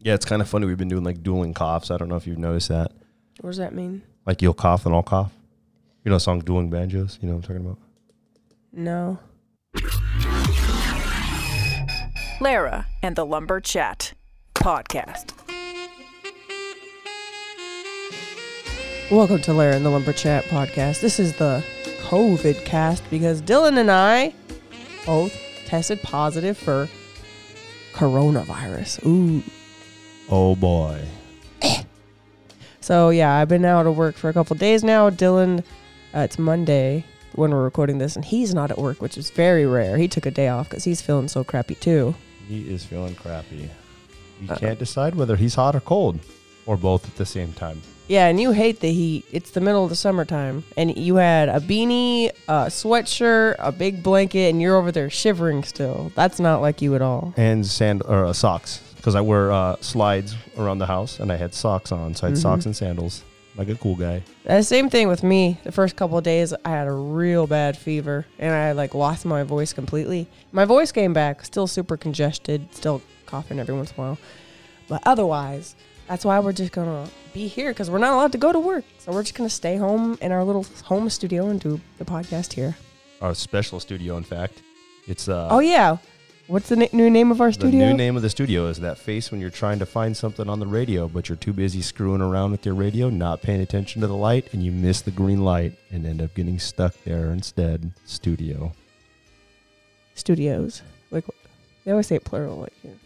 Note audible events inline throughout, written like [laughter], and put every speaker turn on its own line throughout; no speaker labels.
Yeah, it's kind of funny. We've been doing like dueling coughs. I don't know if you've noticed that.
What does that mean?
Like you'll cough and I'll cough. You know, the song "Dueling Banjos." You know what I'm talking about?
No.
Lara and the Lumber Chat podcast.
Welcome to Lara and the Lumber Chat podcast. This is the COVID cast because Dylan and I both tested positive for coronavirus. Ooh.
Oh boy.
So yeah, I've been out of work for a couple days now. Dylan, uh, it's Monday when we're recording this, and he's not at work, which is very rare. He took a day off because he's feeling so crappy too.
He is feeling crappy. You can't decide whether he's hot or cold, or both at the same time.
Yeah, and you hate the heat. It's the middle of the summertime, and you had a beanie, a sweatshirt, a big blanket, and you're over there shivering still. That's not like you at all.
And sand or uh, socks because I wear uh, slides around the house, and I had socks on, so I had socks and sandals, like a cool guy.
The Uh, same thing with me. The first couple of days, I had a real bad fever, and I like lost my voice completely. My voice came back, still super congested, still coughing every once in a while. But otherwise, that's why we're just gonna be here because we're not allowed to go to work, so we're just gonna stay home in our little home studio and do the podcast here.
Our special studio, in fact, it's uh,
Oh yeah, what's the n- new name of our
The
studio?
new name of the studio is that face when you're trying to find something on the radio, but you're too busy screwing around with your radio, not paying attention to the light, and you miss the green light and end up getting stuck there instead. Studio.
Studios. Like they always say it plural. Like here.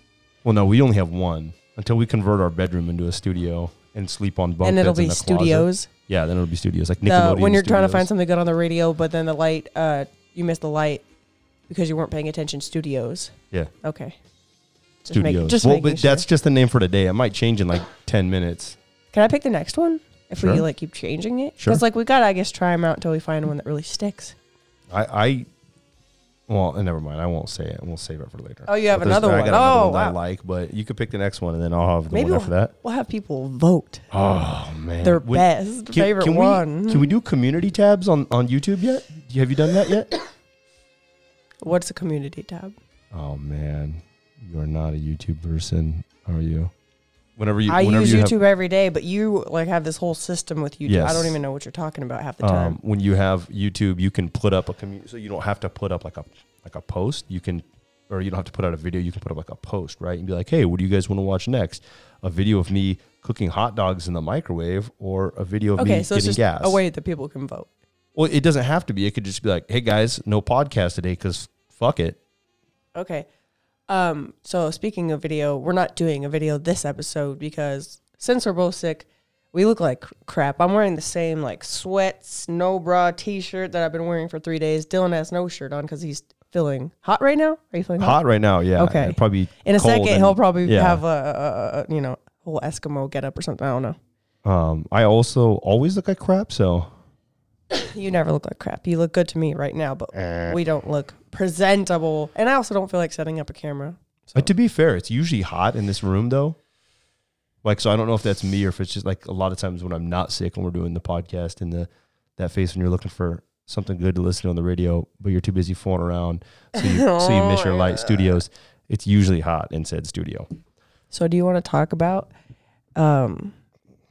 Well, no, we only have one until we convert our bedroom into a studio and sleep on bunk
and it'll
beds in
be
the closet.
studios.
Yeah, then it'll be studios like
the,
Nickelodeon.
when you're trying to find
studios.
something good on the radio, but then the light, uh, you missed the light because you weren't paying attention. Studios.
yeah
Okay. Just make-
studios.
just
well,
making
but that's
sure.
just the name for today. It might change in like ten minutes.
Can I pick the next one? If we
Sure.
like keep changing it,
Sure.
because like we gotta, I guess, try them out until we find one that really sticks.
I, I well, uh, never mind. I won't say it. We'll save it for later.
Oh, you have
But there's-
another
I got
one.
another
Oh,
one that I
wow.
like, but you could pick the next one, and then I'll have the
Maybe
one
we'll,
after that.
we'll have people vote [gasps]
Oh man,
their
Would-
best favorite
can
one.
We, can we do community tabs on on YouTube yet? Do you- Have you done that yet?
What's a community tab?
oh man, you are not a YouTube person, are you? Whenever you,
I
whenever
use
you have-
YouTube every day, but you like have this whole system with YouTube. I
Yes.
don't even know what you're talking about half the
um,
time.
when you have YouTube, you can put up a community, so you don't have to put up like a like a post. You can, or you don't have to put out a video. You can put up like a post, right? And be like, hey, what do you guys want to watch next? A video of me cooking hot dogs in the microwave, or a video of
Okay,
me
so
getting
it's just
gas.
a way that people can vote.
Well, it doesn't have to be. It could just be like, hey guys, no podcast today because fuck it.
Okay. Um, so speaking of video, we're not doing a video this episode because since we're both sick, we look like crap. I'm wearing the same like sweats, no bra t-shirt that I've been wearing for three days. Dylan has no shirt on because he's feeling hot right now. Are you feeling hot?
Hot right now, yeah.
Okay.
It'd Probably
In a
cold
second,
and-
he'll probably
yeah.
have a, a, a you know whole Eskimo getup or something. I don't know.
Um, I also always look like crap, so
You never look like crap. You look good to me right now, but
Eh.
we don't look presentable. And I also don't feel like setting up a camera.
But to be fair, it's usually hot in this room though. Like so I don't know if that's me or if it's just like a lot of times when I'm not sick and we're doing the podcast and the that face when you're looking for something good to listen to on the radio, but you're too busy fooling around. So you so you
[laughs] Oh,
miss your light studios. It's usually hot in said studio.
So, do you want to talk about um,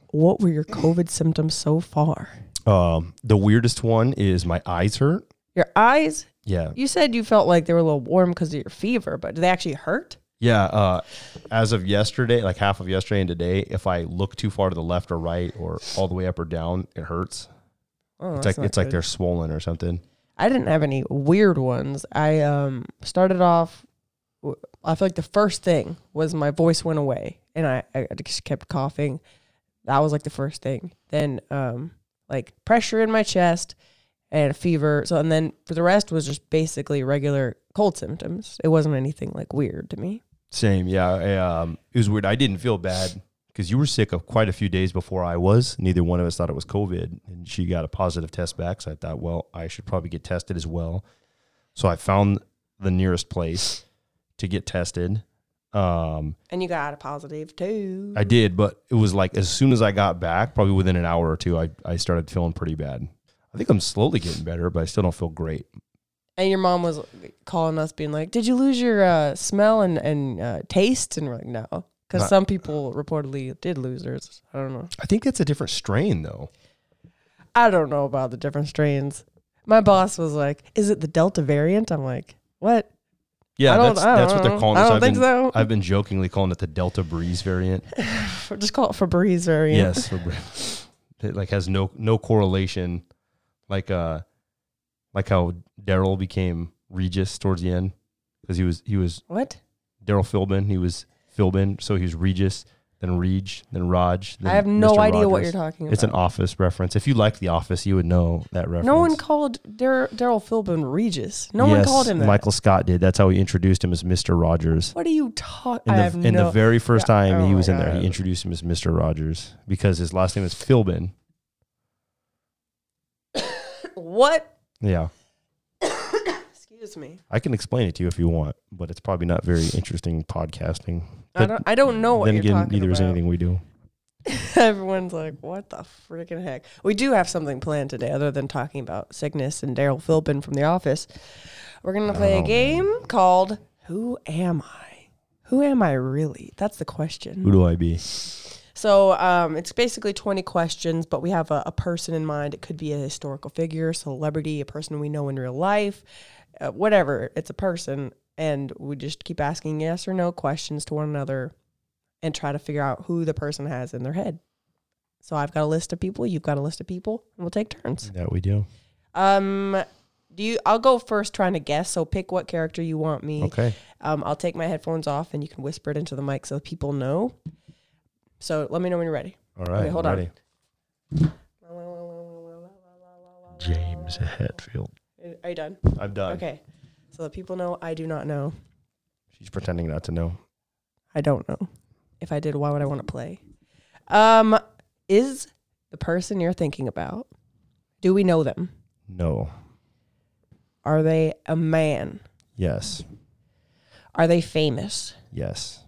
what were your COVID symptoms so far?
Um the weirdest one is my eyes hurt.
Your eyes,
Yeah.
you said you felt like they were a little warm because of your fever, but do they actually hurt?
Yeah. Uh, as of yesterday, like half of yesterday and today, if I look too far to the left or right or all the way up or down, it hurts. It's
Oh, that's
like
not
it's like
good.
they're swollen or something.
I didn't have any weird ones. I um, started off, w- I feel like the first thing was my voice went away and I, I just kept coughing. That was like the first thing. Then, um, like pressure in my chest and fever. So, and then for the rest was just basically regular cold symptoms. It wasn't anything like weird to me.
Same, yeah. I, um, it was weird. I didn't feel bad because you were sick of quite a few days before I was. Neither one of us thought it was COVID, and she got a positive test back. So I thought, well, I should probably get tested as well. So I found the nearest place to get tested. Um,
And you got a positive too.
I did, but it was like as soon as I got back, probably within an hour or two, I, I started feeling pretty bad. I think I'm slowly getting better, but I still don't feel great.
and your mom was calling us, being like, "Did you lose your uh, smell and and uh, taste?" And we're like, "No." because
Not-
some people reportedly did lose theirs. I don't know.
I think that's a different strain though.
I don't know about the different strains. My boss was like, "Is it the Delta variant?" I'm like, "What?
Yeah,
I don't-
that's
I
that's what
don't
they're
know.
calling.
I
this.
don't
I've
think
been,
so.
I've been jokingly calling it the Delta Breeze variant.
[laughs] Just call it Febreze variant."
Yes, Fabri- [laughs] it like has no no correlation, like uh, like how Daryl became Regis towards the end because he was he was
What?
Daryl Philbin, he was Philbin, so he was Regis, then Reg, then Raj. Then
I have no
Mr.
idea what
Rogers.
you're talking about.
It's an Office reference. If you like The Office, you would know that reference.
No one called Dar- Daryl Philbin Regis. No one
Yes,
called him that.
Michael Scott did. That's how he introduced him as Mr. Rogers.
What are you talking?
In the,
I have
in
no.
the very first
Yeah.
time
Oh
he
my
was in there,
God.
he introduced him as Mr. Rogers because his last name is Philbin.
[laughs] what?
Yeah,
Excuse me.
I can explain it to you if you want, but it's probably not very interesting podcasting.
I
But
don't. I don't know what
then
you're
again,
talking
neither
about.
is anything we do.
[laughs] Everyone's like, "What the freaking heck?" We do have something planned today, other than talking about sickness and Daryl Philbin from The Office. We're gonna play a
Oh.
game called "Who Am I?" Who am I really? That's the
Who
question.
do I be?
So um, it's basically 20 questions, but we have a, a person in mind. It could be a historical figure, celebrity, a person we know in real life, uh, whatever. It's a person. And we just keep asking yes or no questions to one another and try to figure out who the person has in their head. So I've got a list of people, you've got a list of people, and we'll take turns.
That we do.
Um, do you I'll go first trying to guess, so pick what character you want me.
Okay.
Um, I'll take my headphones off and you can whisper it into the mic so people know. So let me know when you're ready.
All right.
hold on.
ready. James Hatfield.
Are you done?
I'm done.
Okay. So the people know I do not know.
She's pretending not to know.
I don't know. If I did, why would I want to play? Um, is the person you're thinking about? Do we know them?
No.
Are they a man?
Yes.
Are they famous?
Yes.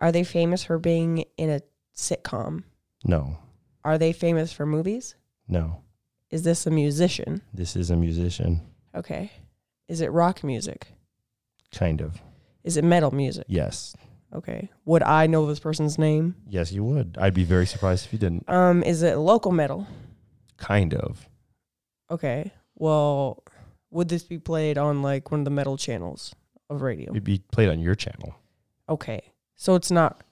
Are they famous for being in a sitcom?
No.
Are they famous for movies?
No.
Is this a musician?
This is a musician.
Okay. Is it rock music?
Kind of.
Is it metal music?
Yes.
Okay. Would I know this person's name?
Yes, you would. I'd be very surprised if you didn't.
Um, is it local metal?
Kind of.
Okay. Well, would this be played on like one of the metal channels of radio?
It'd be played on your channel.
Okay. So it's not.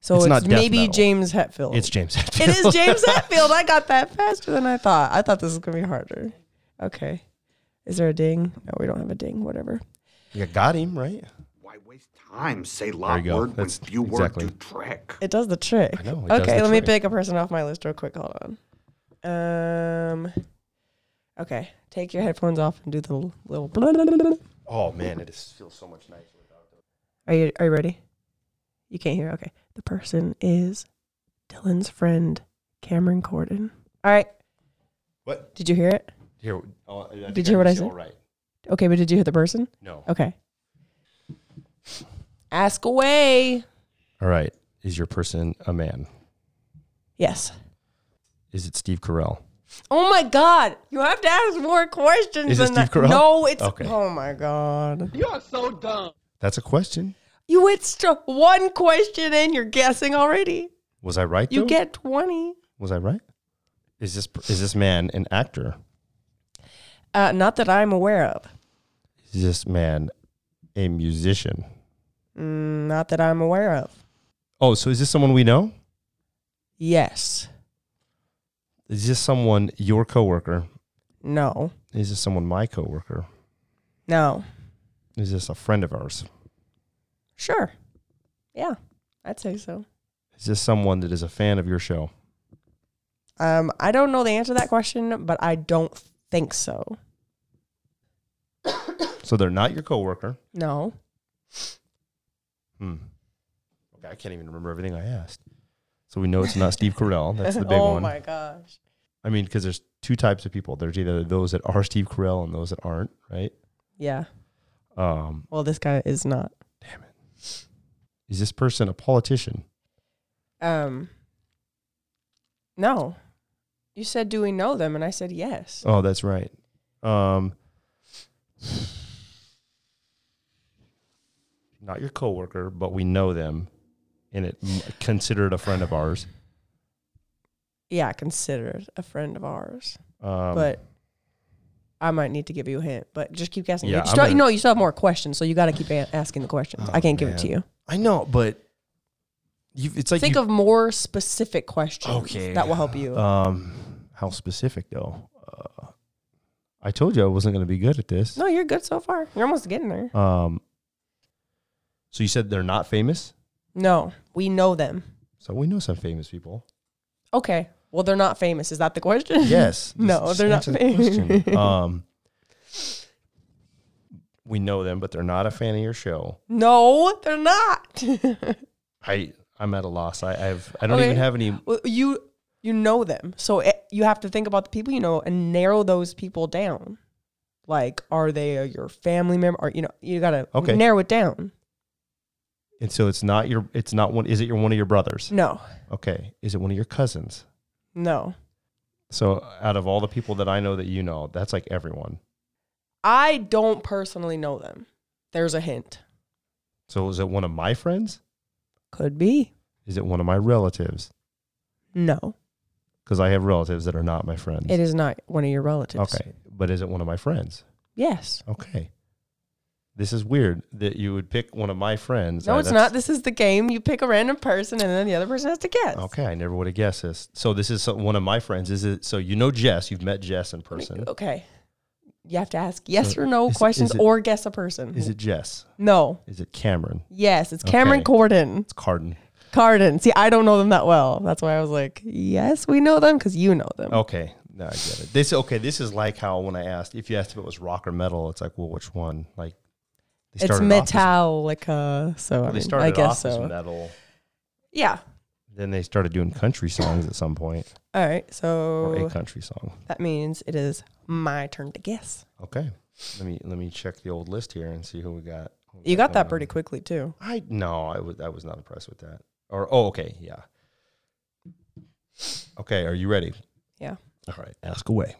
So
It's
it's,
not death
maybe
metal.
James Hetfield.
It's James
[laughs] It
Hetfield.
is James Hetfield. I got that faster than I thought. I thought this was gonna be harder. Okay. Is there a ding? No, we don't have a ding. Whatever.
[laughs] you got him, right?
Why waste time? Say
There
lot
you go.
word
That's
when few
exactly-
word do trick.
It does the trick.
I know, it does
okay,
the
let me
trick.
pick a person off my list real quick. Hold on. Um. Okay, take your headphones off and do the l- little.
Oh man, it is feels so much nicer.
Are you Are you ready? You can't hear. Okay, the person is Dylan's friend, Cameron Corden. All right.
What?
Did you hear it?
Here, oh, I think
Did you hear what I
can see
said?
All right.
Okay, but did you hear the person?
No.
Okay. Ask away.
All right. Is your person a man?
Yes.
Is it Steve Carell?
Oh my God! You have to ask more questions
Is it
than that.
Steve Carell?
No, it's.
Okay.
Oh my God.
That's a question.
You went stro- one question and you're guessing already.
Was I right?
You
though?
get 20.
Was I right? Is this is this man an actor?
Uh, not that I'm aware of.
Is this man a musician?
Mm, not that I'm aware of.
Oh, so is this someone we know?
Yes.
Is this someone your coworker?
No.
Is this someone my coworker?
No.
Is this a friend of ours?
Sure. Yeah. I'd say so.
Is this someone that is a fan of your show?
Um, I don't know the answer to that question, but I don't think so.
So they're not your coworker.
No.
Hmm. Okay, I can't even remember everything I asked. So we know it's not Steve Carell. That's
[laughs]
the big
oh
one.
my gosh.
I mean, because there's two types of people. There's either those that are Steve Carell and those that aren't, right?
Yeah.
Um,
Well, this guy is not.
damn it. Is this person a politician?
Um, no. You said, do we know them? And I said, yes.
Oh, that's right. Um, not your coworker, but we know them. in it, m- considered a friend of ours.
Yeah, considered a friend of ours,
Um,
but I might need to give you a hint. But just keep guessing.
Yeah,
you
I'm
still,
gonna-
no, you still have more questions, so you got to keep a- asking the questions.
Oh,
I can't give it
man.
to you.
I know, but you, it's like
Think
you-
of more specific questions.
Okay.
that will help you.
um, how specific though. Uh, I told you I wasn't going to be good at this.
no, you're good so far. You're almost getting there.
Um, so you said they're not famous,
No, we know them.
so we know some famous
[laughs]
people.
Okay. Well, they're not famous. Is that the question?
Yes.
No,
Just
they're not
answer the question. [laughs]
famous.
um, we know them, but they're not a fan of your show.
[laughs] No, they're not. [laughs]
I I'm at a loss. I I've, I don't
Okay.
even have any.
well, you you know them, so it, you have to think about the people you know and narrow those people down. Like, are they your family member? Or you know, you gotta
Okay.
narrow it down.
And so it's not your. It's not one. Is it your one of your brothers?
No,
Okay. Is it one of your cousins?
no.
So out of all the people that I know that you know, that's like everyone.
I don't personally know them. There's a hint.
So is it one of my friends?
Could be.
Is it one of my relatives?
No,
Because I have relatives that are not my friends.
it is not one of your relatives.
Okay, but is it one of my friends?
Yes.
Okay. This is weird that you would pick one of my friends.
No,
Uh,
it's
that's-
not. This is the game. You pick a random person, and then the other person has to guess.
Okay, I never would have guessed this. So this is so- one of my friends. Is it? So you know Jess? You've met Jess in person.
Okay. You have to ask yes
So
or no
is-
questions
is it-
or guess a person.
Is it Jess?
No.
Is it Cameron?
Yes, it's Cameron
Okay.
Corden.
It's Carden.
Corden. See, I don't know them that well. That's why I was like, yes, we know them because you know them.
Okay, now I get it. This okay. This is like how when I asked if you asked if it was rock or metal, it's like, well, which one? Like they
it's
started off as-
Metallica. So
well,
I,
they
mean,
started
I guess
off as
so.
metal.
Yeah.
Then they started doing country songs at some point,
All right.
or a
So
country song.
that means it is my turn to guess.
Okay, let me let me check the old list here and see who we got. who we
You got
going
that
on.
pretty quickly, too.
I no, I was I was not impressed with that. Or oh, okay, yeah. Okay, are you ready?
Yeah.
All right, ask away.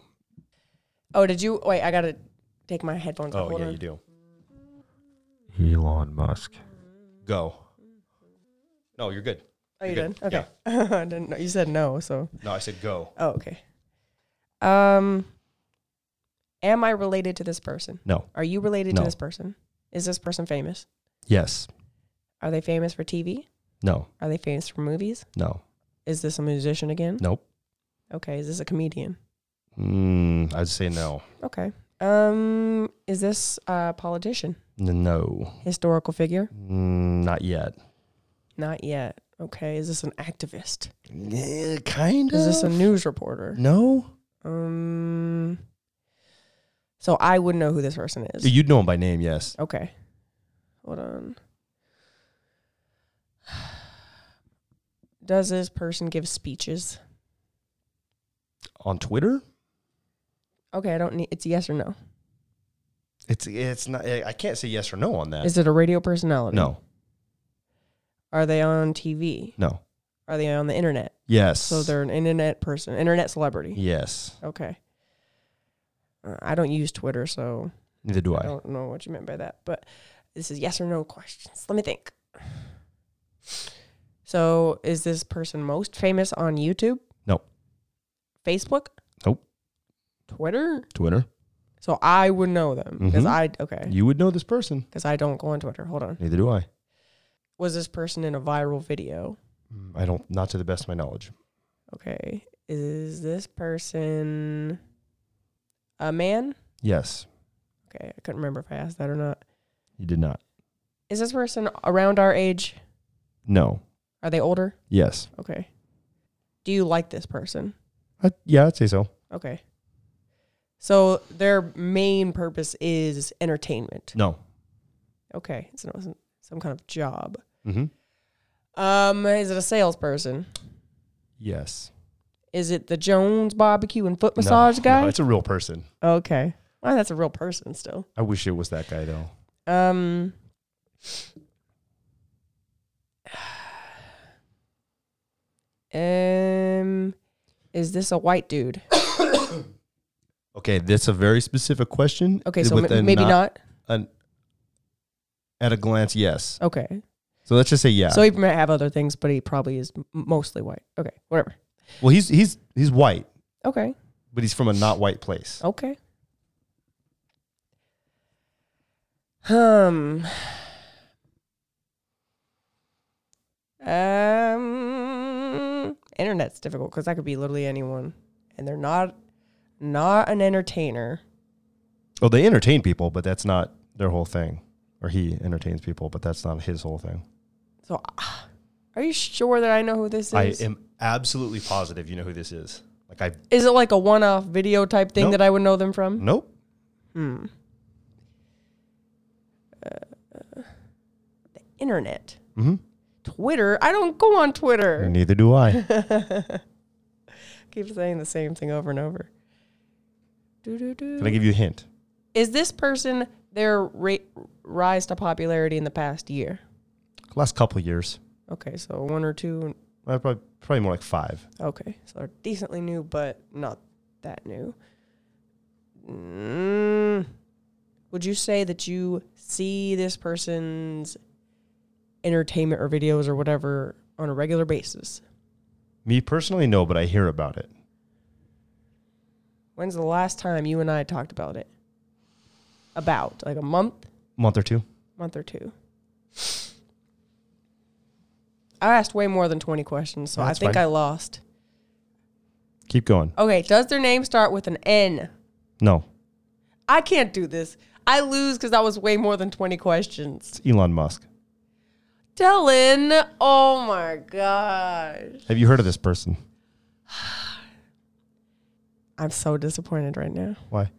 Oh, did you? Wait, I got to take my headphones off.
Oh
Hold
yeah,
on.
you do.
Elon Musk.
Go. No, you're good.
Oh, you
You're
did?
good.
Okay. [laughs] I didn't know. You said no, so.
No, I said go.
Oh, okay. Um, am I related to this person?
No.
Are you related
No.
to this person? Is this person famous?
Yes.
Are they famous for TV?
No.
Are they famous for movies?
No.
Is this a musician again?
Nope.
Okay. Is this a comedian?
Mm, I'd say no.
Okay. Um, is this a politician?
N- No.
Historical figure?
Mm, not yet.
Not yet. Okay. Is this an activist?
kind
Is this a news reporter?
No.
Um, so I would know who this person is.
You'd know him by name, yes.
Okay. Hold on. [sighs] Does this person give speeches?
On Twitter?
Okay, I don't need it's yes or no.
It's it's not. I can't say yes or no on that.
Is it a radio personality?
no.
Are they on TV?
No.
Are they on the internet?
Yes.
So they're an internet person, internet celebrity.
Yes.
Okay. Uh, I don't use Twitter, so
Neither do
I
I.
don't know what you meant by that, but this is yes or no questions. Let me think. [sighs] So, is this person most famous on YouTube?
No.
Facebook?
Nope.
Twitter?
Twitter.
So I would know them because
Mhm.
I okay
You would know this person.
because I don't go on Twitter. Hold on.
Neither do I.
Was this person in a viral video?
I don't. Not to the best of my knowledge.
Okay. Is this person a man?
Yes.
Okay, I couldn't remember if I asked that or not.
You did not.
Is this person around our age?
No.
Are they older?
Yes.
Okay. Do you like this person?
I, yeah, I'd say so.
Okay. So their main purpose is entertainment.
No.
Okay. So it wasn't some kind of job.
Mm-hmm.
Um, is it a salesperson?
Yes.
Is it the Jones barbecue and foot massage
no,
guy?
No, it's a real person.
okay. Well, that's a real person still.
I wish it was that guy though.
Um [sighs] Um is this a white dude?
Okay, that's a very specific question.
Okay, so
but
m-
then
maybe not.
An, at a glance, yes.
Okay.
So let's just say yeah.
So he might have other things, but he probably is m- mostly white. Okay, whatever.
well, he's he's he's white,
Okay,
but he's from a not white place.
okay. Um. Um. Internet's difficult because that could be literally anyone, and they're not not an entertainer.
Well, they entertain people, but that's not their whole thing. Or he entertains people, but that's not his whole thing.
So, [sighs] ah, are you sure that I know who this is?
I am absolutely positive you know who this is. Like I
Is it like a one-off video type thing
Nope. Mm.
that I would know them from?
nope.
Internet,
Mhm.
Twitter. I don't go on Twitter.
Neither do I.
Keep saying the same thing over and over.
Can I
Doo-doo-doo.
give you a hint?
Is this person their ra- rise to popularity in the past year?
Last couple years,
Okay, so one or two.
uh, probably probably more like five.
Okay, so they're decently new, but not that new. Mm. Would you say that you see this person's entertainment or videos or whatever on a regular basis?
Me personally, no, but I hear about it.
When's the last time you and I talked about it? About like a month,
Month or two.
month or two. I asked way more than 20 questions, so
No,
I
that's
think
fine.
I lost.
Keep going.
Okay, does their name start with an N?
No,
I can't do this. I lose because that was way more than 20 questions.
it's Elon Musk.
Dylan, oh my gosh.
Have you heard of this person?
I'm so disappointed right now.
Why?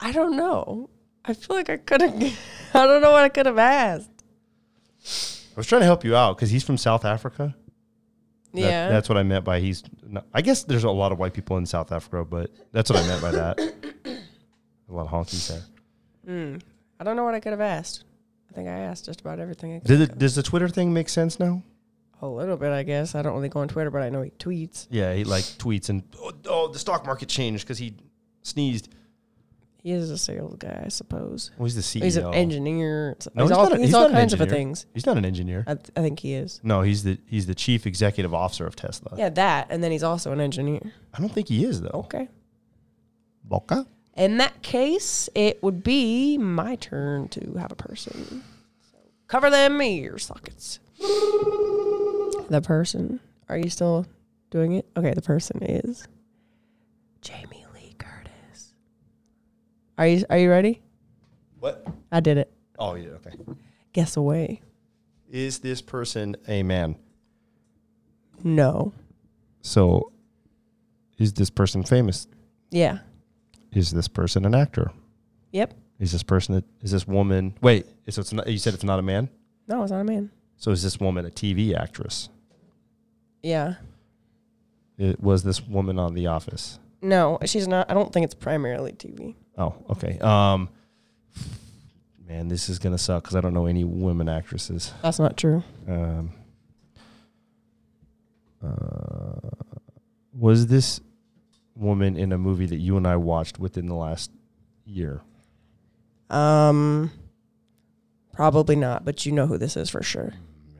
I don't know. I feel like I could have, [laughs] I don't know what I could have asked.
I was trying to help you out because he's from South Africa. That-
yeah.
that's what I meant by he's. Not, I guess there's a lot of white people in South Africa, but that's what I meant by that. a lot of honkies there.
I don't know what I could have asked. I think I asked just about everything. I could
Did
think
it, does the Twitter thing make sense now?
of. a little bit, I guess. I don't really go on Twitter, but I know he tweets.
Yeah, he like tweets and oh, oh the stock market changed because he sneezed.
He is a sales guy, I suppose.
Well, he's the E CEO.
He's an engineer. It's-
No,
he's,
he's
all,
not a-
he's
he's
all
not an
kinds of
engineer.
things. Uh,
He's not an engineer.
I, th- I think he is.
no, he's the he's the chief executive officer of Tesla.
Yeah, that. And then he's also an engineer.
I don't think he is though.
Okay.
Boca.
In that case, it would be my turn to have a person. So cover them ear sockets. The person. Are you still doing it? Okay, the person is Jamie Lee Curtis. Are you are you ready?
What?
I did it.
Oh yeah. Okay.
Guess away.
Is this person a man?
No.
So, is this person famous?
Yeah.
Is this person an actor?
Yep.
Is this person that is this woman? Wait, so it's not, you said it's not a man.
No, it's not a man.
So is this woman a TV actress?
Yeah.
It, was this woman on The Office?
No, she's not I don't think it's primarily TV.
Oh, okay. Um, man, this is gonna suck because I don't know any women actresses.
That's not true.
Um, uh, was this woman in a movie that you and I watched within the last year?
Um probably not, but you know who this is for sure.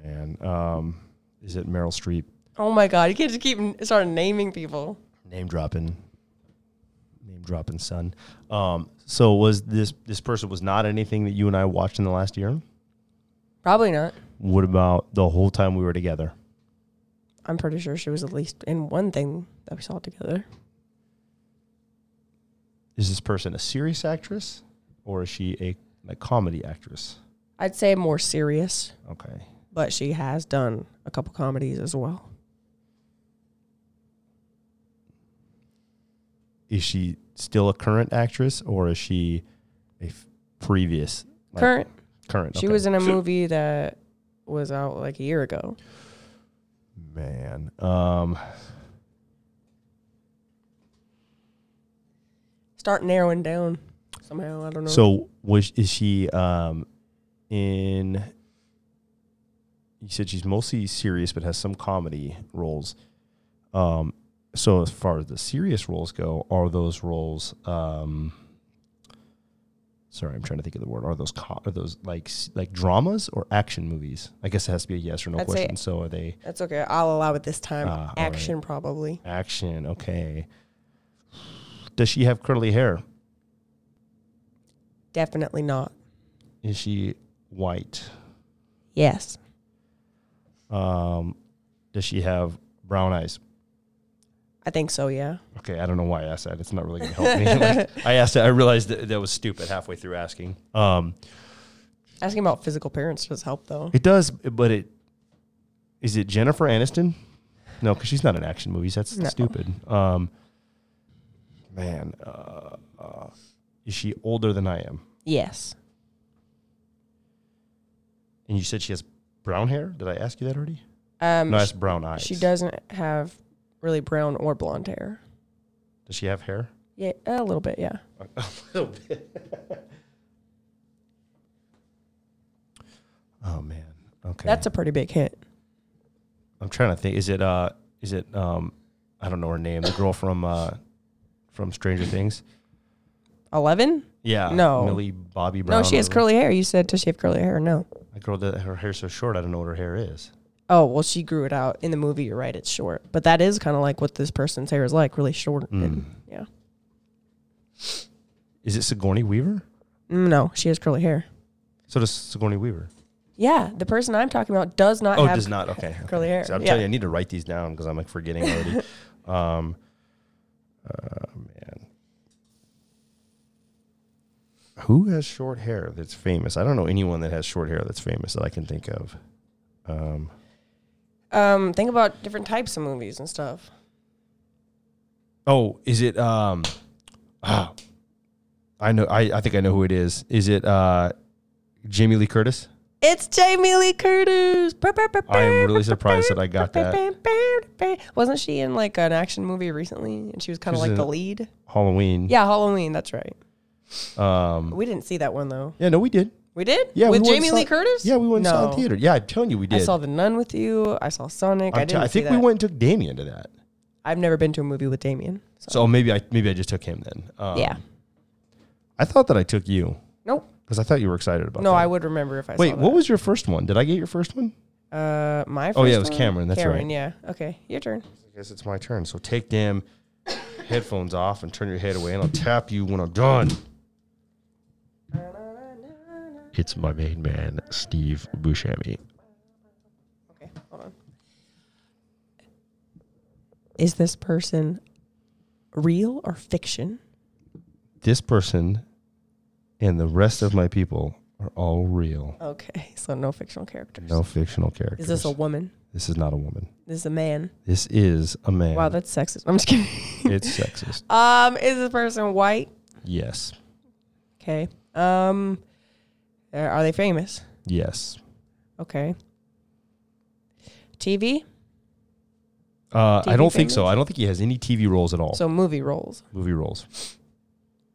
Man, um, is it Meryl Streep?
Oh my god, you can't just keep n- start naming people.
Name dropping, name dropping, son. Um, so was this this person was not anything that you and I watched in the last year?
Probably not.
What about the whole time we were together?
I'm pretty sure she was at least in one thing that we saw together.
Is this person a serious actress or is she a like comedy actress?
I'd say more serious,
Okay.
but she has done a couple comedies as well.
Is she still a current actress or is she a f- previous like,
Current.
current?
She
okay.
was in a movie that was out like a year ago.
man. Um,
Start narrowing down somehow. I don't know.
So was is she um in you said she's mostly serious but has some comedy roles. Um so as far as the serious roles go, are those roles um sorry, I'm trying to think of the word. Are those co- are those like s- like dramas or action movies? I guess it has to be a yes or no
I'd say-
question. so are they
That's okay. I'll allow it this time.
Ah, all right.
Action, probably.
action? Okay. Does she have curly hair?
Definitely not.
Is she white?
Yes.
Um, does she have brown eyes?
I think so, yeah.
Okay, I don't know why I asked that. It's not really going to help me. [laughs] Like, I asked that. I realized that, that was stupid halfway through asking. Um,
Asking about physical appearance does help, though.
It does, but it is it Jennifer Aniston? No, because she's not in action movies. That's
No.
stupid. Um, man, uh, uh, is she older than I am?
Yes.
And you said she has brown hair. Did I ask you that already?
Um,
no, I
sh-
asked brown eyes.
she, doesn't have really brown or blonde hair.
Does she have [laughs] hair?
Yeah, a little bit, yeah.
A little bit. oh man. Okay.
That's a pretty big hit.
I'm trying to think. Is it uh is it um I don't know her name. The girl from uh from Stranger Things.
11?
Yeah.
No.
Millie Bobby Brown.
no, she has
whatever.
curly hair. You said, does she have curly hair? No.
That girl that her hair's so short, I don't know what her hair is.
Oh, well, she grew it out. In the movie, you're right, it's short. But that is kind of like what this person's hair is like, really short.
Hmm.
And, yeah.
Is it Sigourney Weaver?
Mm, No, she has curly hair.
So does Sigourney Weaver.
Yeah, the person I'm talking about does not
Oh,
have
does not. Okay. okay.
curly hair.
So I'm
Yeah.
telling you, I need to write these down because I'm like forgetting
[laughs]
already. um, uh, man. Who has short hair that's famous? I don't know anyone that has short hair that's famous that I can think of. Um,
Um, think about different types of movies and stuff.
oh, is it? Um, ah, I know. I, I think I know who it is. Is it uh, Jamie Lee Curtis?
It's Jamie Lee Curtis.
I am really surprised that I got that.
Wasn't she in like an action movie recently? And she was kind of
She's
like
in-
the lead.
Halloween.
Yeah, Halloween. That's right.
Um,
We didn't see that one though.
yeah, no, we did.
We did.
Yeah,
with
we went
Jamie
and
Lee
saw-
Curtis.
Yeah, we went and saw it in
No.
theater. Yeah, I'm telling you, we
I
did.
saw The Nun with you. I saw Sonic.
I'm
I
te-
didn't.
I think
see
we
that.
went and took Damien to that.
I've never been to a movie with Damien. So,
So maybe I maybe I just took him then. Um,
yeah.
I thought that I took you
Nope.
because I thought you were excited about.
No,
that.
I would remember if I
Wait,
saw
what was your first one? Did I get your first one?
that. uh my? First
Oh, yeah, it was
one?
Cameron, that's
Cameron.
right.
Yeah. Okay, your turn.
I guess it's my turn. So take them headphones off and turn your head away, and I'll tap you when I'm done. It's my main man, Steve Buscemi.
Okay, hold on. Is this person real or fiction?
This person and the rest of my people are all real.
Okay, so no fictional characters.
No fictional characters.
Is this a woman?
This is not a woman.
This is a man.
This is a man.
Wow, that's sexist. I'm just kidding. [laughs]
it's sexist.
Um, is this person white?
Yes.
Okay. Um, uh, are they famous?
Yes.
Okay. TV,
Uh, I
TV
don't think so.
famous?
I don't think he has any TV roles at all.
so movie roles.
Movie roles.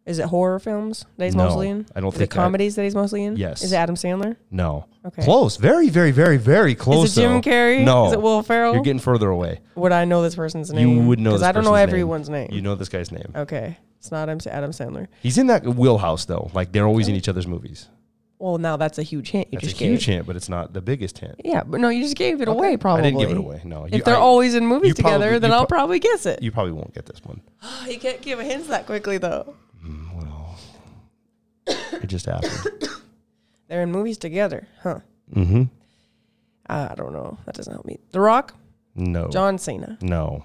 Is it horror films that he's
No,
mostly in?
I don't
is
think
it
I-
comedies that he's mostly in.
Yes.
Is it Adam Sandler?
No.
Okay.
Close. Very, very, very, very close.
is it Jim
though.
Carrey?
No.
Is it Will Ferrell?
You're getting further away.
would I know this person's name?
You would know
because
this
I don't know
person's name.
everyone's name.
You know this guy's name.
Okay, it's not Adam Sa- Adam Sandler.
He's in that wheelhouse though. Like they're always in each other's movies.
Well, now that's a huge hint. You
That's a
just
huge
gave.
hint, but it's not the biggest hint.
Yeah, but no, you just gave it away. Probably.
I didn't give it away. No.
If they're
I-
always in movies
you probably-
together,
you
then I'll
pro-
probably guess it. You,
you probably won't get this one.
Oh,
Mm,
can't give hints that quickly though.
Well, it just
[coughs]
happened.
They're in movies together, huh?
mm-hmm.
I don't know. That doesn't help me. The Rock,
No.
John Cena,
No.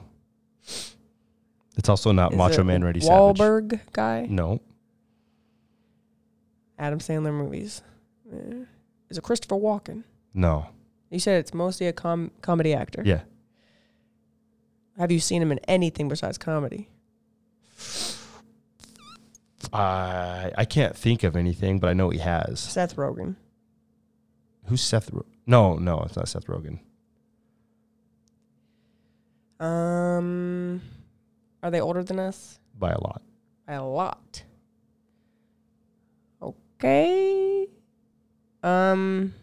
It's also not
Is
Uh, Macho
it
Man Randy Savage. Mm.
Wahlberg guy,
No.
Adam Sandler movies. Eh. Is it Christopher Walken?
No.
You said it's mostly a com- comedy actor.
Yeah.
Have you seen him in anything besides comedy?
I I can't think of anything, but I know he has.
Seth Rogen.
Who's Seth? Ro- no, no, it's not Seth Rogen.
Um, are they older than us?
By a lot.
By a lot. Okay. Um,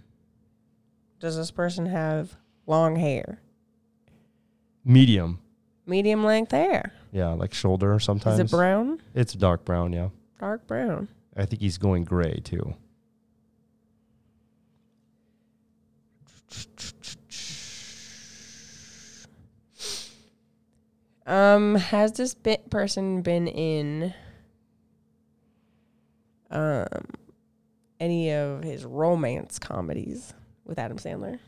does this person have long hair?
Medium.
Medium length hair.
Yeah, like shoulder sometimes.
Is it brown?
It's dark brown. Yeah.
Dark brown.
I think he's going gray too.
Um, has this bit person been in um any of his romance comedies with Adam Sandler?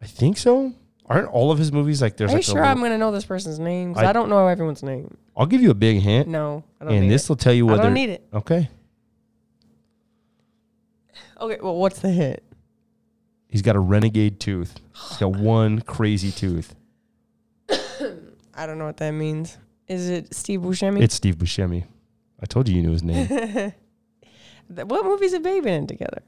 I think so. Aren't all of his movies like there's
Are you
like a
sure
little-
I'm gonna know this person's name? 'Cause
I-
I, don't know everyone's name.
I'll give you a big hint.
No, I don't.
and
need
this
it.
will tell you
I
whether
don't need it.
Okay.
Okay, well, what's the hit?
He's got a renegade tooth. He's
[sighs]
got one crazy tooth.
I don't know what that means. Is it Steve Buscemi?
It's Steve Buscemi. I told you you knew his
[laughs]
name. Are
Th- what movies have they been in together?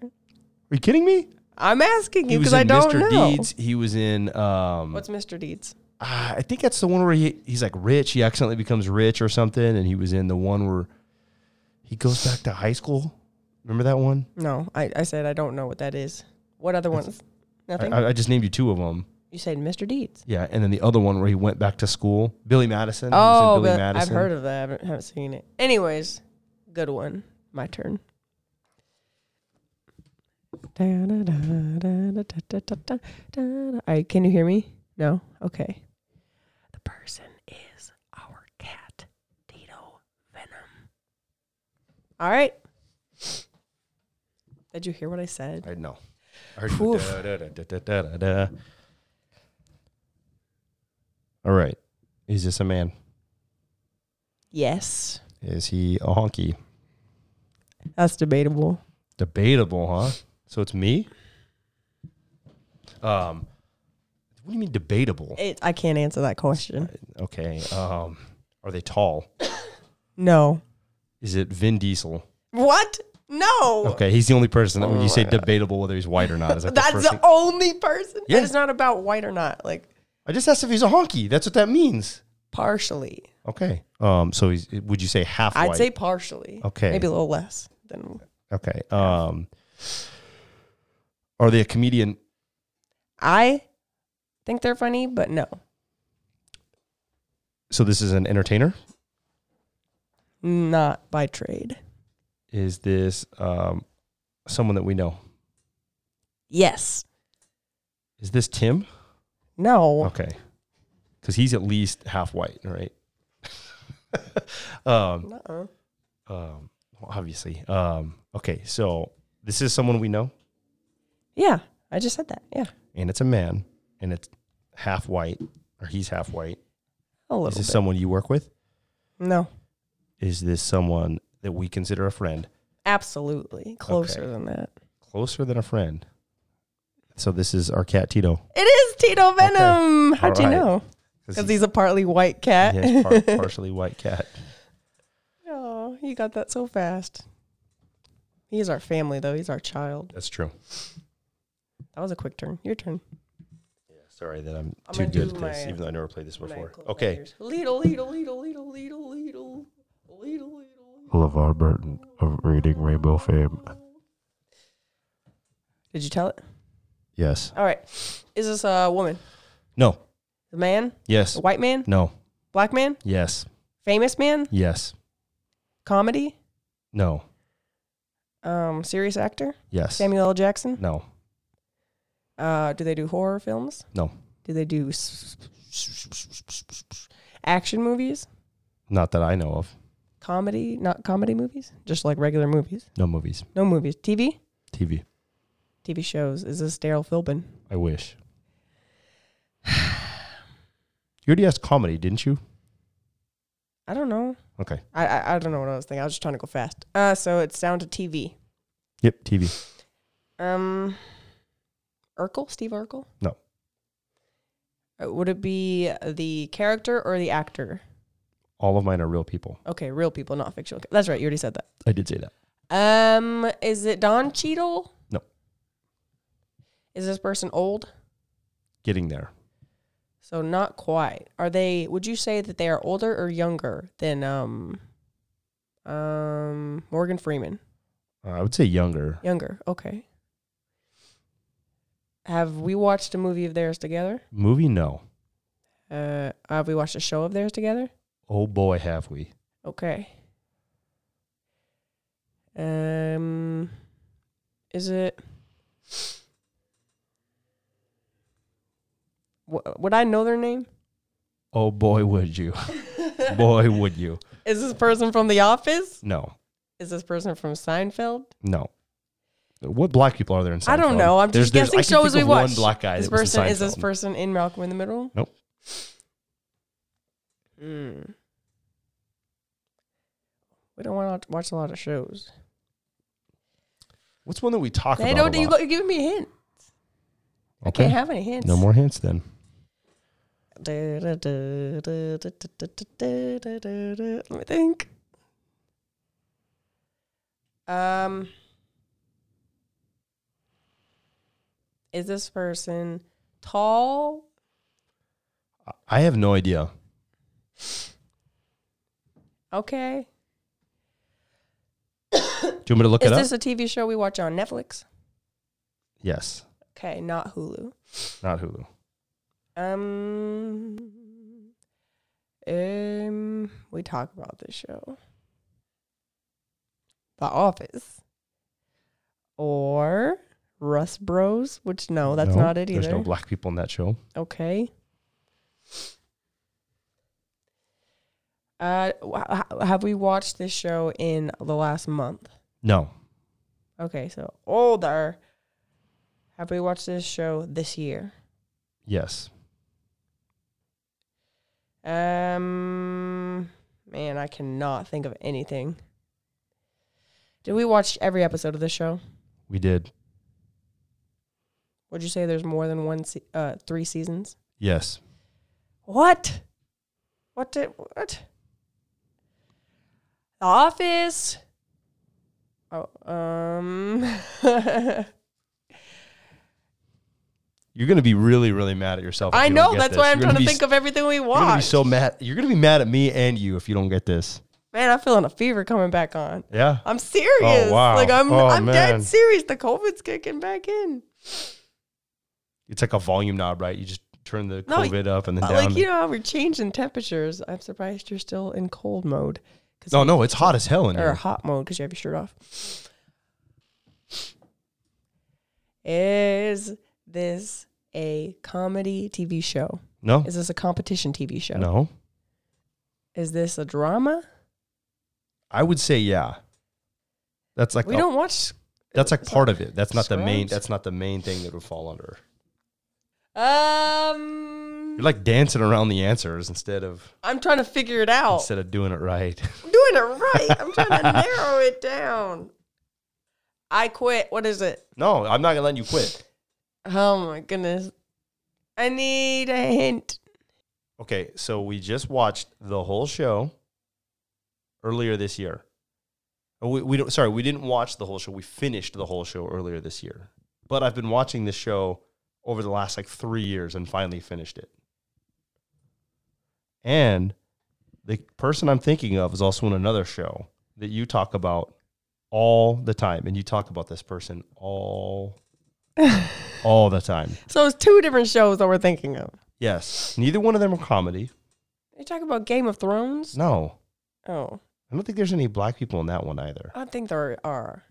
you kidding me?
I'm asking
He
you
was
because I
in
don't
Mr.
know.
Deeds. He was in um
What's Mr. Deeds?
ah, I think that's the one where he, he's like rich. He accidentally becomes rich or something. And he was in the one where he goes back to high school. Remember that one?
No, I, I said I don't know what that is. What other ones?
I,
Nothing.
I I just named you two of them.
you said Mr. Deeds.
Yeah, and then the other one where he went back to school, Billy Madison. He was in
Oh,
Billy
but I've heard of that. I haven't, haven't seen it. Anyways, good one. My turn. All right, can you hear me? No? Okay. The person is our cat, Dito Venom. All right. Did you hear what I said?
I know.
Oof.
All right. Is this a man?
Yes.
Is he a honky?
That's debatable.
Debatable, huh? So it's me? Um What do you mean debatable?
It, I can't answer that question.
Okay. Um are they tall?
No.
Is it Vin Diesel?
What? No.
Okay, he's the only person that when you say debatable whether he's white or not. Is that
Oh. That's
the
the,
first thing?
only person.
Yeah.
That is not about white or not. Like
I just asked if he's a honky. That's what that means.
partially.
Okay. Um so he's would you say half
I'd
white?
say partially.
Okay.
Maybe a little less than
Okay. Um, are they a comedian?
I think they're funny, but no.
So this is an entertainer.
Not by trade.
Is this um, someone that we know?
Yes.
Is this Tim?
No.
Okay, because he's at least half white, right? [laughs] um,
Uh-uh.
um, well, obviously. Um, okay, so this is someone we know,
Yeah. I just said that. Yeah.
and it's a man, and it's half white, or he's half white.
A little
Is this
bit.
someone you work with?
no.
Is this someone that we consider a friend?
Absolutely. Closer
Okay.
than that.
Closer than a friend. So this is our cat Tito.
It is Tito Venom. How'd you
Alright.
know? Because he's a partly white cat.
Yeah,
[laughs]
it's par- partially white cat.
oh, you got that so fast. He is our family, though. He's our child.
That's true.
That was a quick turn. Your turn.
Sorry that I'm,
I'm
too
gonna
good
do
at this,
my-
even though I never played this before.
Michael
Okay.
Myers. Leedle, leedle, leedle, leedle, leedle, leedle, leedle, leedle.
LeVar Burton of Reading Rainbow fame.
Did you tell it?
Yes.
All right. Is this a woman?
No.
A man?
Yes.
A white man?
No.
Black man?
Yes.
Famous man?
Yes.
Comedy?
No.
Um, serious actor?
Yes.
Samuel L. Jackson?
No.
Uh, do they do horror films?
No.
Do they do s- action movies?
Not that I know of.
Comedy? Not comedy movies? Just like regular movies?
No movies.
No movies. TV?
TV.
TV shows. Is this Daryl Philbin?
I wish. [sighs] You already asked comedy, didn't you?
I don't know.
Okay.
I, I I don't know what I was thinking. I was just trying to go fast. Uh, so it's down to TV.
Yep. TV.
Um, Urkel, Steve Urkel.
No.
Uh, Would it be the character or the actor?
All of mine are real people.
Okay, real people, not fictional. ca- That's right. You already said that.
I did say that.
Um, is it Don Cheadle?
No.
Is this person old?
Getting there.
So not quite. Are they? Would you say that they are older or younger than um, um Morgan Freeman?
Uh, I would say younger.
Younger. Okay. Have we watched a movie of theirs together?
Movie? No.
Uh, have we watched a show of theirs together?
Oh boy, have we.
Okay. Um, is it? W- would I know their name?
Oh boy, would
[laughs]
you? boy, would you?
Is this person from The Office?
No,
Is this person from Seinfeld?
no. What black people are there in Seinfeld?
I don't know. I'm just guessing
I can
shows
think
we
of One
watched.
black guy.
this
that was in
person is this
Seinfeld.
person in Malcolm in the Middle?
Nope.
Mm. We don't want to watch a lot of shows.
What's one that we talk
Hey,
about?
don't
a
you
lot?
go- give me a hint? I
okay.
can't have any hints.
no more hints then.
Let me think. Um, is this person tall?
I have no idea.
Okay.
Do you want me to look
Is
it up?
this a TV show we watch on Netflix?
yes,
Okay, not Hulu.
not Hulu.
Um, um, we talk about this show, The Office, or Rust Bros. Which no, that's
No,
not it
There's
either.
no black people in that show.
okay. Uh, wh- ha- have we watched this show in the last month?
No,
Okay, so older. Have we watched this show this year?
yes.
Um, man, I cannot think of anything. Did we watch every episode of this show?
We did.
Would you say there's more than one, se- uh, three seasons?
Yes.
What? What did what? The Office. Oh, um. [laughs]
You're gonna be really, really mad at yourself. if
I
you don't
know
get
that's
this.
why I'm
You're gonna
trying
be
to think of everything we
You're gonna be
watched.
so mad. You're gonna be mad at me and you if you don't get this.
man, I'm feeling a fever coming back on.
Yeah.
I'm serious.
Oh, wow.
Like I'm,
Oh,
I'm
man.
dead serious. The COVID's kicking back in.
It's like a volume knob, right? You just turn the
No,
COVID up and then
Uh,
down.
Like you know how we're changing temperatures. I'm surprised you're still in cold mode. 'cause-
no, no, it's hot as hell in
or
here.
hot mode because you have your shirt off. Is this a comedy TV show?
No,
Is this a competition TV show?
no.
Is this a drama?
I would say yeah. That's like
We
a-
don't watch.
that's like
it's
part of
not-
it. That's not the main.
Scrubs?
That's not the main thing that would fall under.
Um,
You're like dancing around the answers instead of
I'm trying to figure it out.
instead of doing it right. [laughs]
I'm doing it right. I'm trying to [laughs] narrow it down. I quit. What is it?
no, I'm not gonna let you quit.
Oh my goodness. I need a hint.
Okay, so we just watched the whole show earlier this year. Oh, We, we don't. Sorry, we didn't watch the whole show. We finished the whole show earlier this year. But I've been watching this show over the last like three years and finally finished it. And the person I'm thinking of is also in another show that you talk about all the time, and you talk about this person all, all the time.
So it's two different shows that we're thinking of.
Yes, neither one of them are comedy.
Are you talking about Game of Thrones?
No,
Oh,
I don't think there's any black people in that one either.
I think there are.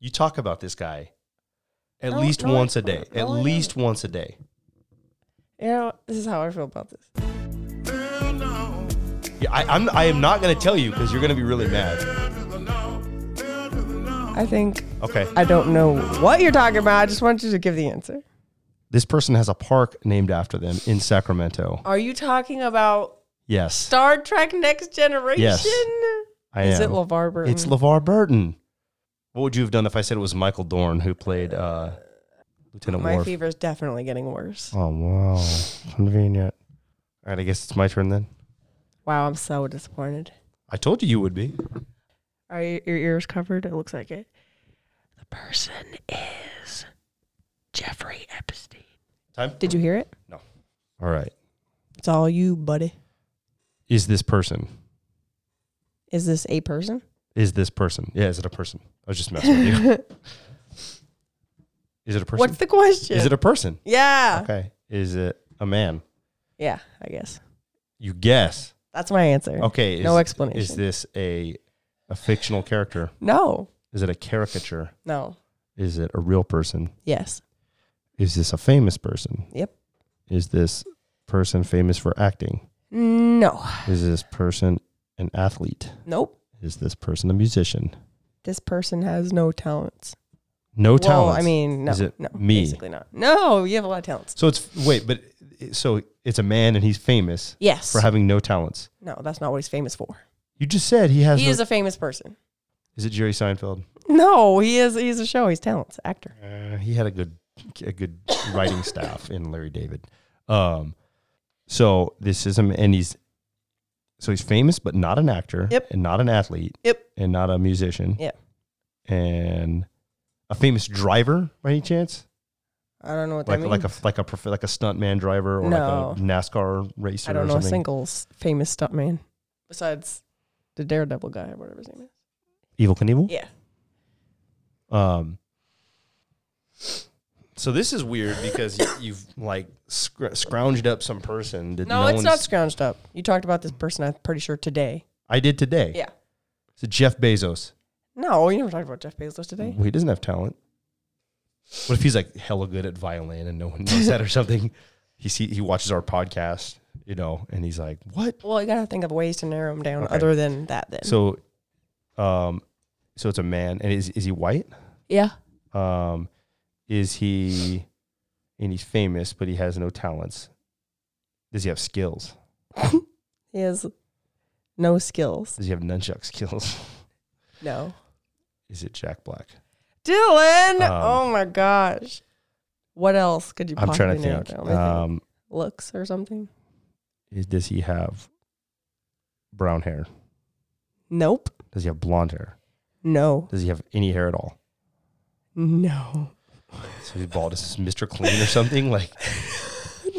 You talk about this guy at
No,
least
no, I
once a day.
don't. No,
at
I don't.
least once a day.
You know, this is how I feel about this.
Yeah, I, I'm. I am not going to tell you because you're going to be really mad.
I think
Okay.
I don't know what you're talking about. I just want you to give the answer.
This person has a park named after them in Sacramento.
Are you talking about
Yes,
Star Trek Next Generation?
I
Is
am.
it LeVar Burton?
It's LeVar Burton. What would you have done if I said it was Michael Dorn who played uh, Lieutenant
My
Worf?
fever is definitely getting worse.
Oh wow, convenient. All right, I guess it's my turn then.
Wow, I'm so disappointed.
I told you you would be.
Are your, your ears covered? It looks like it. The person is Jeffrey Epstein.
Time.
Did you hear it?
All right.
It's all you, buddy.
Is this person?
Is this a person?
Is this person? Yeah, is it a person? I was just messing with you.
[laughs]
is it a person?
What's the question?
is it a person?
yeah.
Okay. Is it a man?
Yeah, I guess.
You guess.
That's my answer.
Okay.
No
is-
explanation.
Is this a a fictional character?
No.
Is it a caricature?
No.
Is it a real person?
Yes.
Is this a famous person?
Yep.
Is this person famous for acting?
No.
Is this person an athlete?
Nope.
Is this person a musician?
This person has no talents.
No
well,
talents.
I mean, no.
Is it
no,
me?
Basically not. No, you have a lot of talents.
So it's wait, but so it's a man and he's famous
Yes.
for having no talents.
no, that's not what he's famous for.
You just said he has.
He
no-
is a famous person.
is it Jerry Seinfeld?
No, he is. He's a show. He's talents actor.
Uh, he had a good a [coughs] good writing staff in Larry David. Um, so this is him, and he's so he's famous, but not an actor.
Yep.
And not an athlete.
Yep.
And not a musician.
Yep.
And a famous driver by any chance?
I don't know what
Like
that means.
like a like a prof- like a stuntman driver or
No.
like a NASCAR racer.
I don't
or
know a
something.
single s- famous stuntman besides the Daredevil guy or whatever his name is.
Evil Knievel.
Yeah.
Um, so this is weird because y- [coughs] you've like scr- scrounged up some person that
No,
no,
it's
one's-
not scrounged up. You talked about this person. I'm pretty sure today.
I did today.
Yeah.
So Jeff Bezos.
No, you never talked about Jeff Bezos today.
Well, he doesn't have talent. What if he's like hella good at violin and no one knows that or something? [laughs] He see he watches our podcast, you know, and he's like, "What?"
Well, you gotta think of ways to narrow him down
Okay.
other than that. Then.
So, um, so it's a man, and is is he white?
yeah.
Um, is he? And he's famous, but he has no talents. Does he have skills?
He has no skills.
Does he have nunchuck skills? [laughs]
No.
Is it Jack Black?
Dylan.
Um,
oh my gosh. What else could you
I'm
possibly
trying to
narrow
think.
down? I think
Um,
looks or something?
is, does he have brown hair?
Nope.
Does he have blonde hair?
No.
Does he have any hair at all?
No.
So he's bald. Is this Mr. Clean or something? [laughs] Like,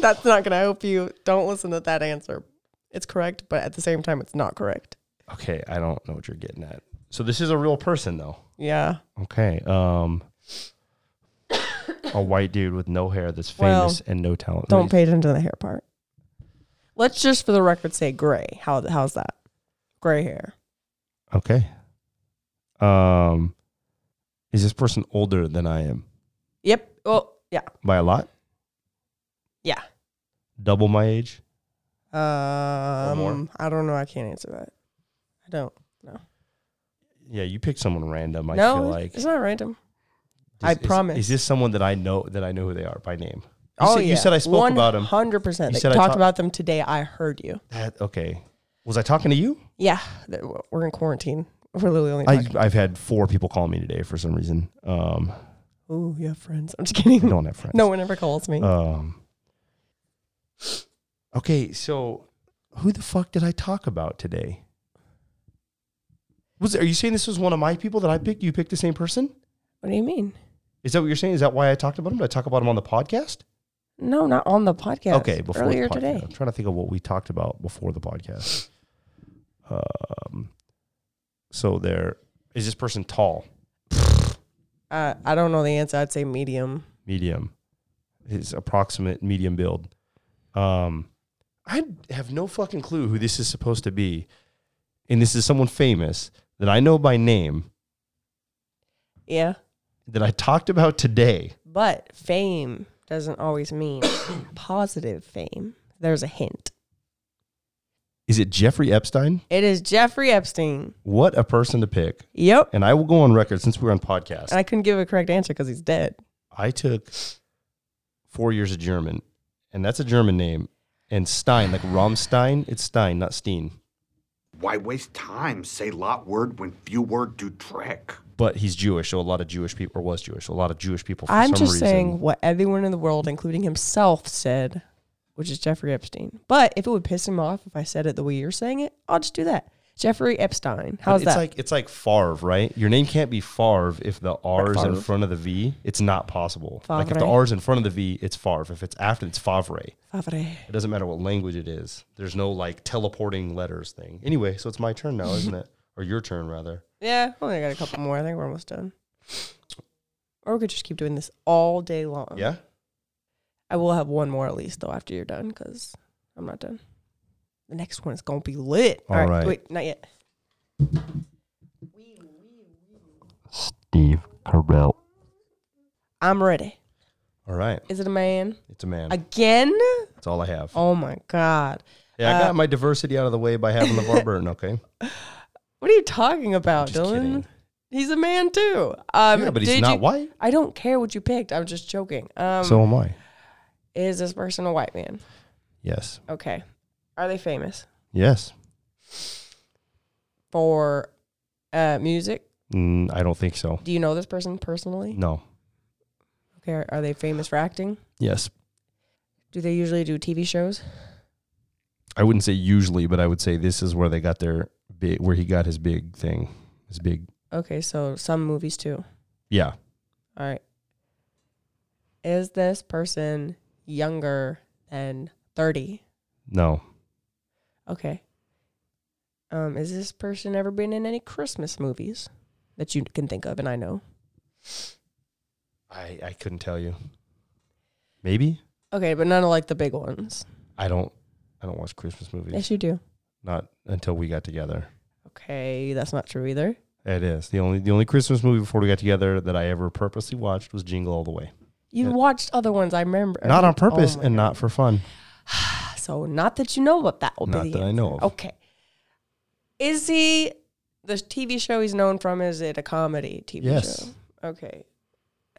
[laughs] That's not gonna help you. Don't listen to that answer. It's correct, but at the same time, it's not correct.
okay, I don't know what you're getting at. So this is a real person, though.
Yeah.
Okay. Um, [coughs] a white dude with no hair that's
Well,
famous and no talent.
Don't pay attention to the hair part. Let's just, for the record, say gray. How how's that? Gray hair.
Okay. Um, is this person older than I am
Yep. Well, yeah,
by a lot?
yeah.
Double my age? more?
Um, I don't know. I can't answer that. I don't.
Yeah, you pick someone random. I
no,
feel
it's-
like
it's not random. I
Is- is-
promise.
Is this someone that I know that I know who they are by name? You said, you said I spoke about him.
Oh, Hundred percent.
You
You
said I
talked
talk-
about them today. I heard you.
That- okay, was I talking to you?
Yeah, that- we're in quarantine. We're literally only.
I,
Talking.
I've had four people call me today for some reason. Um,
Ooh, you have friends. I'm just
I
[laughs] kidding.
don't have friends.
No one ever calls me.
Um. Okay, so who the fuck did I talk about today? Was are you saying this was one of my people that I picked? You picked the same person?
what do you mean?
Is that what you're saying? Is that why I talked about him? Did I talk about him on the podcast?
No, not on the podcast.
okay, before the
earlier
podcast.
today.
I'm trying to think of what we talked about before the podcast. Um, so there is this person tall,
Uh, I don't know the answer. I'd say medium.
medium, his approximate medium build. Um, I have no fucking clue who this is supposed to be, and this is someone famous that I know by name
Yeah,
that I talked about today.
but fame doesn't always mean [coughs] positive fame. There's a hint.
Is it Jeffrey Epstein?
It is Jeffrey Epstein.
What a person to pick!
Yep.
And I will go on record since we're on podcast.
And I couldn't give a correct answer because he's dead.
I took four years of German, and that's a German name. And Stein, like Rammstein, it's Stein, not Steen.
Why waste time? Say lot word when few word do trick.
But he's Jewish, so a lot of Jewish people, or was Jewish, so a lot of Jewish people. For
I'm
some
just
reason,
saying what everyone in the world, including himself, said, which is Jeffrey Epstein. But if it would piss him off if I said it the way you're saying it, I'll just do that. Jeffrey Epstein.
But
How's
it's
that?
like it's like Favre, right? Your name can't be Favre if the R is in
Favre.
front of the V. It's not possible. Like if the
Favre.
R is in front of the V, it's Favre. If it's after, it's Favre.
Favre.
It doesn't matter what language it is. There's no like teleporting letters thing. Anyway, so it's my turn now, isn't it? Or your turn rather.
Yeah, I only got a couple more. I think we're almost done. Or we could just keep doing this all day long.
Yeah.
I will have one more at least though after you're done because I'm not done. The next one is gonna be lit.
All right.
wait, not yet.
Steve Carell.
I'm ready.
All right.
Is it a man
It's a man.
again?
That's all I have.
Oh my god!
yeah,
Uh,
I got my diversity out of the way by
[laughs]
having LeVar Burton, okay?
What are you talking about,
Just
Dylan?
kidding.
He's a man too. Um,
Yeah, but he's
did
not
you-
white.
I don't care what you picked. I'm just joking. Um,
so am I.
is this person a white man?
Yes.
Okay. Are they famous
Yes.
for uh, music?
Mm, I don't think so.
Do you know this person personally?
No.
Okay. Are, are they famous for acting?
Yes.
Do they usually do TV shows?
I wouldn't say usually, but I would say this is where they got their big, where he got his big thing. His big,
Okay, so some movies too.
yeah.
All right. Is this person younger than 30?
No.
Okay. Um, is this person ever been in any Christmas movies that you can think of and I know?
I, I couldn't tell you. Maybe?
Okay, but none of like the big ones.
I don't, I don't watch Christmas movies.
Yes, you do.
Not until we got together.
Okay, that's not true either.
It is the only the only Christmas movie before we got together that I ever purposely watched was Jingle All the Way.
You
Yeah.
watched other ones, I remember.
Not on purpose
Oh my
and not for fun.
God. So, not that you know what that will
Not
be. the
that I
answer.
know of.
Okay. Is he the TV show he's known from? Is it a comedy TV
Yes.
show? Okay.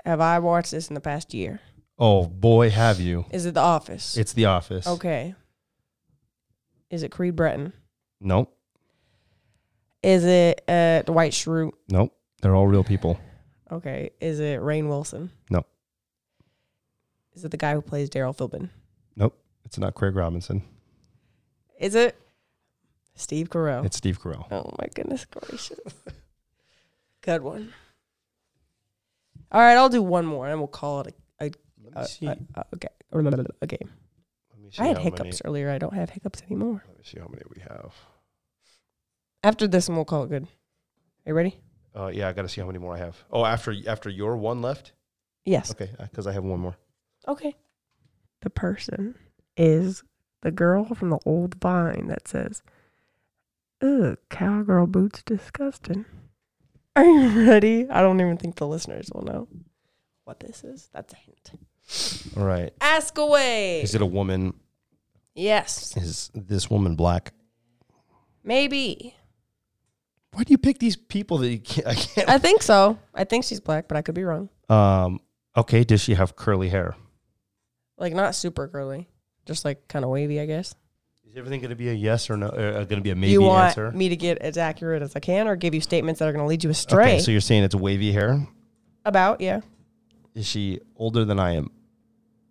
Have I watched this in the past year?
Oh boy, have you!
Is it The Office?
It's The Office.
okay. Is it Creed Bratton?
Nope.
Is it uh, Dwight Schrute?
Nope. They're all real people.
Okay. Is it Rain Wilson?
No.
Is it the guy who plays Daryl Philbin?
Nope. It's not Craig Robinson.
Is it Steve Carell?
It's Steve Carell.
oh my goodness gracious. [laughs] Good one. All right, I'll do one more and we'll call it a, a, a, a, a, okay. Okay. I Uh, had hiccups earlier. I don't have hiccups anymore.
Let me see how many we have.
After this one, we'll call it good. Are you ready?
Uh, yeah, I got to see how many more I have. Oh, after after your one left.
Yes.
Okay, because I have one more.
Okay. The person is the girl from the old vine that says, Ugh, cowgirl boots disgusting. Are you [laughs] ready? I don't even think the listeners will know what this is. That's a hint.
All right.
Ask away.
Is it a woman?
yes.
Is this woman black?
Maybe.
Why do you pick these people that you can't? I can't.
I think so. I think she's black, but I could be wrong.
Um. Okay. Does she have curly hair?
Like, not super curly, just like kind of wavy, I guess.
Is everything going to be a yes or no? Uh, going to be a maybe
you want
answer?
me to get as accurate as I can or give you statements that are going to lead you astray?
okay. So you're saying it's wavy hair?
About, yeah.
Is she older than I am?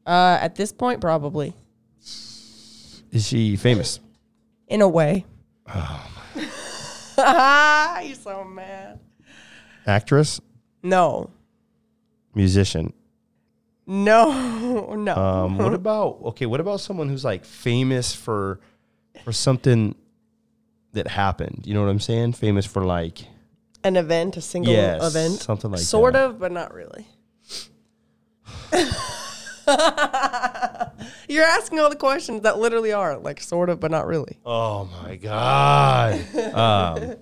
Uh, at this point, probably.
Is she famous?
In a way. Oh, [laughs] You're so mad.
Actress?
No.
Musician?
No. [laughs] No.
Um.
Uh-huh.
what about okay? What about someone who's like famous for for something that happened? You know what I'm saying? Famous for like
An event, a single
Yes,
event.
something like
sort
that.
of, but
[laughs]
not really. You're asking all the questions that literally are like sort of, but not really.
Oh my god. Um,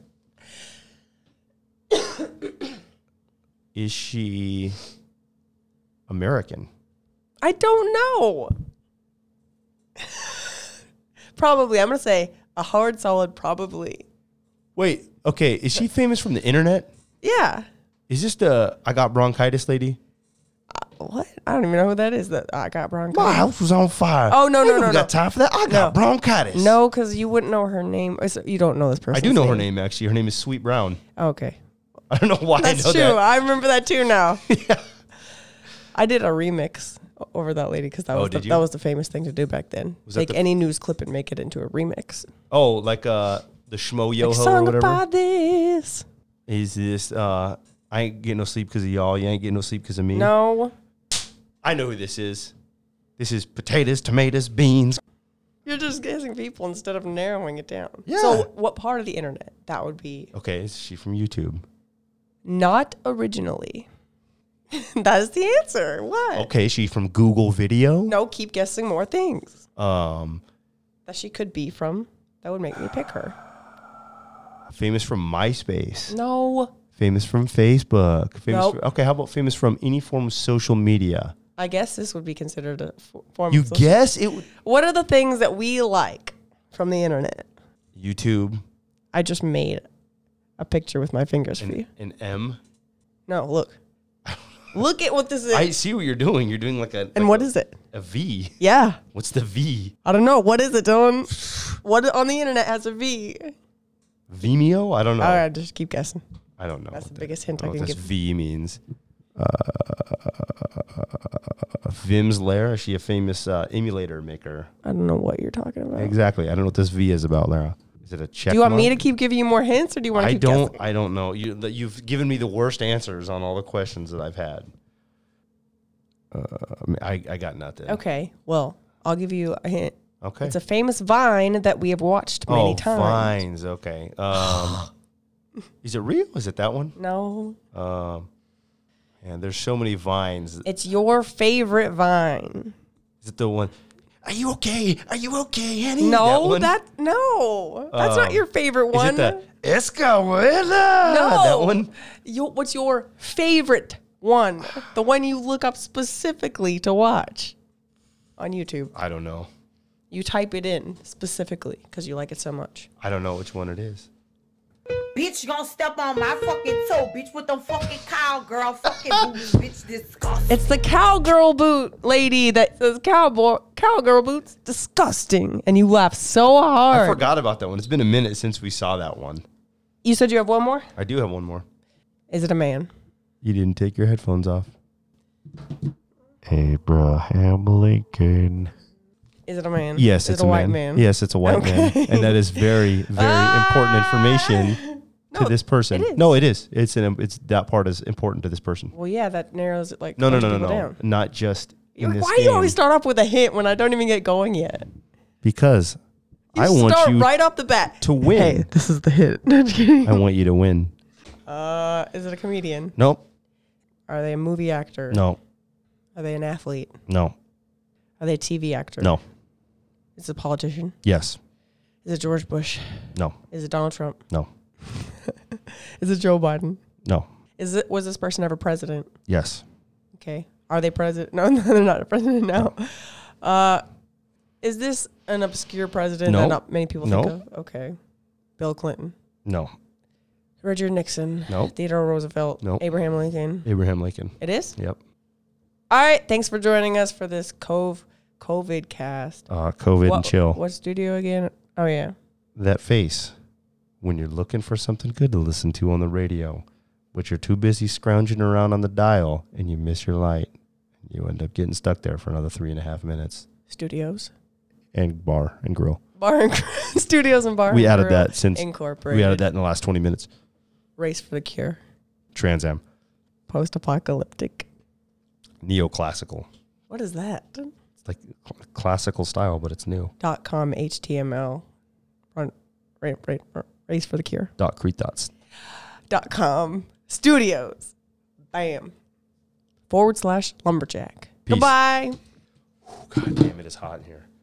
is she American?
I don't know. [laughs] probably. I'm going to say a hard, solid probably.
Wait, okay, is she famous from the internet?
Yeah.
Is this the I got bronchitis lady?
What? I don't even know who that is. That I got bronchitis.
My house was on fire.
Oh, no, no,
Ain't
no,
got
no.
time for that. I got bronchitis.
No, because you wouldn't know her name. It's- You don't know this person.
I do know her name actually. Her name is Sweet Brown. [laughs]
Okay,
I don't know why
that's
I know
true.
that.
I remember that
[laughs]
too now. I did a remix o- over that lady because that
Oh,
was the,
did you?
that was the famous thing to do back then.
Was that
Take
the-
any news clip and make it into a remix.
Oh, like uh the Schmo Yoho
like,
or
song
whatever.
about this.
Is this uh I ain't getting no sleep because of y'all. You ain't getting no sleep because of me.
No,
I know who this is. This is potatoes, tomatoes, beans.
you're just guessing people instead of narrowing it down.
Yeah.
So what part of the internet that would be
Okay, is she from YouTube?
not originally? [laughs] that is the answer. What?
Okay, is she from Google Video?
No, keep guessing more things
Um,
that she could be from. That would make me pick her.
Famous from MySpace.
No.
Famous from Facebook. Famous
Nope.
fr- okay, how about famous from any form of social media?
I guess this would be considered a f- form
You
of social-
guess it. w-
What are the things that we like from the internet?
YouTube
I just made a picture with my fingers for
and,
you.
and M.
No, look. look at what this is.
I see what you're doing. You're doing like a
and
like
what
a-
is it?
a V?
Yeah.
What's the V?
I don't know. What is it, Dylan? what on the internet has a V?
Vimeo? I don't know.
All right, just keep guessing.
I don't know.
That's
what
the
that-
biggest hint I
don't know
can
what this
give.
V means. Uh, Vim's Lair. Is she a famous uh, emulator maker?
I don't know what you're talking about.
Exactly. I don't know what this V is about, Lara. Is it a check?
Do you want me to
mark?
keep giving you more hints, or do you want to
I
keep
don't.
guessing?
I don't know. You, that you've given me the worst answers on all the questions that I've had. Uh, I, I got nothing.
Okay. Well, I'll give you a hint.
Okay.
It's a famous vine that we have watched many
oh,
times.
vines. Okay.
[sighs]
Um, is it real? Is it that one?
No,
Um, and there's so many vines.
it's your favorite vine.
Is it the one? Are you okay? Are you okay, Annie?
No,
one?
that, no, that's not
Um,
your favorite
Is
one.
it the Escalera?
No.
that one.
Yo- what's your favorite one? The one you look up specifically to watch on YouTube.
I don't know.
You type it in specifically because you like it so much.
I don't know which one it is.
Bitch, you gonna step on my fucking toe, bitch, with them fucking cowgirl fucking boots, bitch. Disgusting.
It's the cowgirl boot lady that says cowboy cowgirl boots. Disgusting, and you laugh so hard.
I forgot about that one. It's been a minute since we saw that one.
You said you have one more.
I do have one more.
Is it a man?
You didn't take your headphones off.
Abraham Lincoln.
Is it a man?
Yes,
Is it
it's
a,
a,
white
man.
man. Ah.
Yes, it's a white man, and that is very,
[laughs]
very important information to
No,
this person.
it is.
No, it is. It's an. It's that part is important to this person.
Well, yeah, that narrows it like
No, no,
bunch of
no, no, no.
people down.
Not just in
You're-
this
Why do
game.
you always start off with a hint when I don't even get going yet?
Because
You
I want
start
you
right off the bat.
to win.
Hey, this is the [laughs] hit. No, I'm just kidding.
I want you to win.
Uh, is it a comedian?
Nope.
Are they a movie actor?
No.
Are they an athlete?
No.
Are they a TV actor?
No.
Is it a politician?
Yes.
Is it George Bush?
No.
Is it Donald Trump?
No.
Is it Joe Biden?
No.
Is it was this person ever president?
Yes.
Okay. Are they president? [laughs] No, no, they're not a president now. Uh, is this an obscure president
No.
that not many people
No.
think of? Okay. Bill Clinton,
No.
Richard Nixon,
No.
Theodore Roosevelt,
No.
Abraham Lincoln.
Abraham Lincoln.
It is.
Yep.
All right. Thanks for joining us for this Cove COVID cast.
Uh, COVID
what,
and chill.
What studio again? Oh yeah.
That face when you're looking for something good to listen to on the radio, but you're too busy scrounging around on the dial and you miss your light. You end up getting stuck there for another three and a half minutes.
Studios.
And bar and grill.
Bar and Grill- [laughs] studios and bar.
We
and
added
Grill
that since-
incorporated.
We added that in the last 20 minutes.
Race for the Cure.
Trans Am.
Post apocalyptic.
Neoclassical.
What is that?
It's like cl- classical style, but it's new.
Dot com HTML. Run, ra- ra- ra- race for the Cure.
Dot Crete dots.
Dot com studios. Bam. Forward slash lumberjack.
Peace.
Goodbye.
God damn, it is hot in here.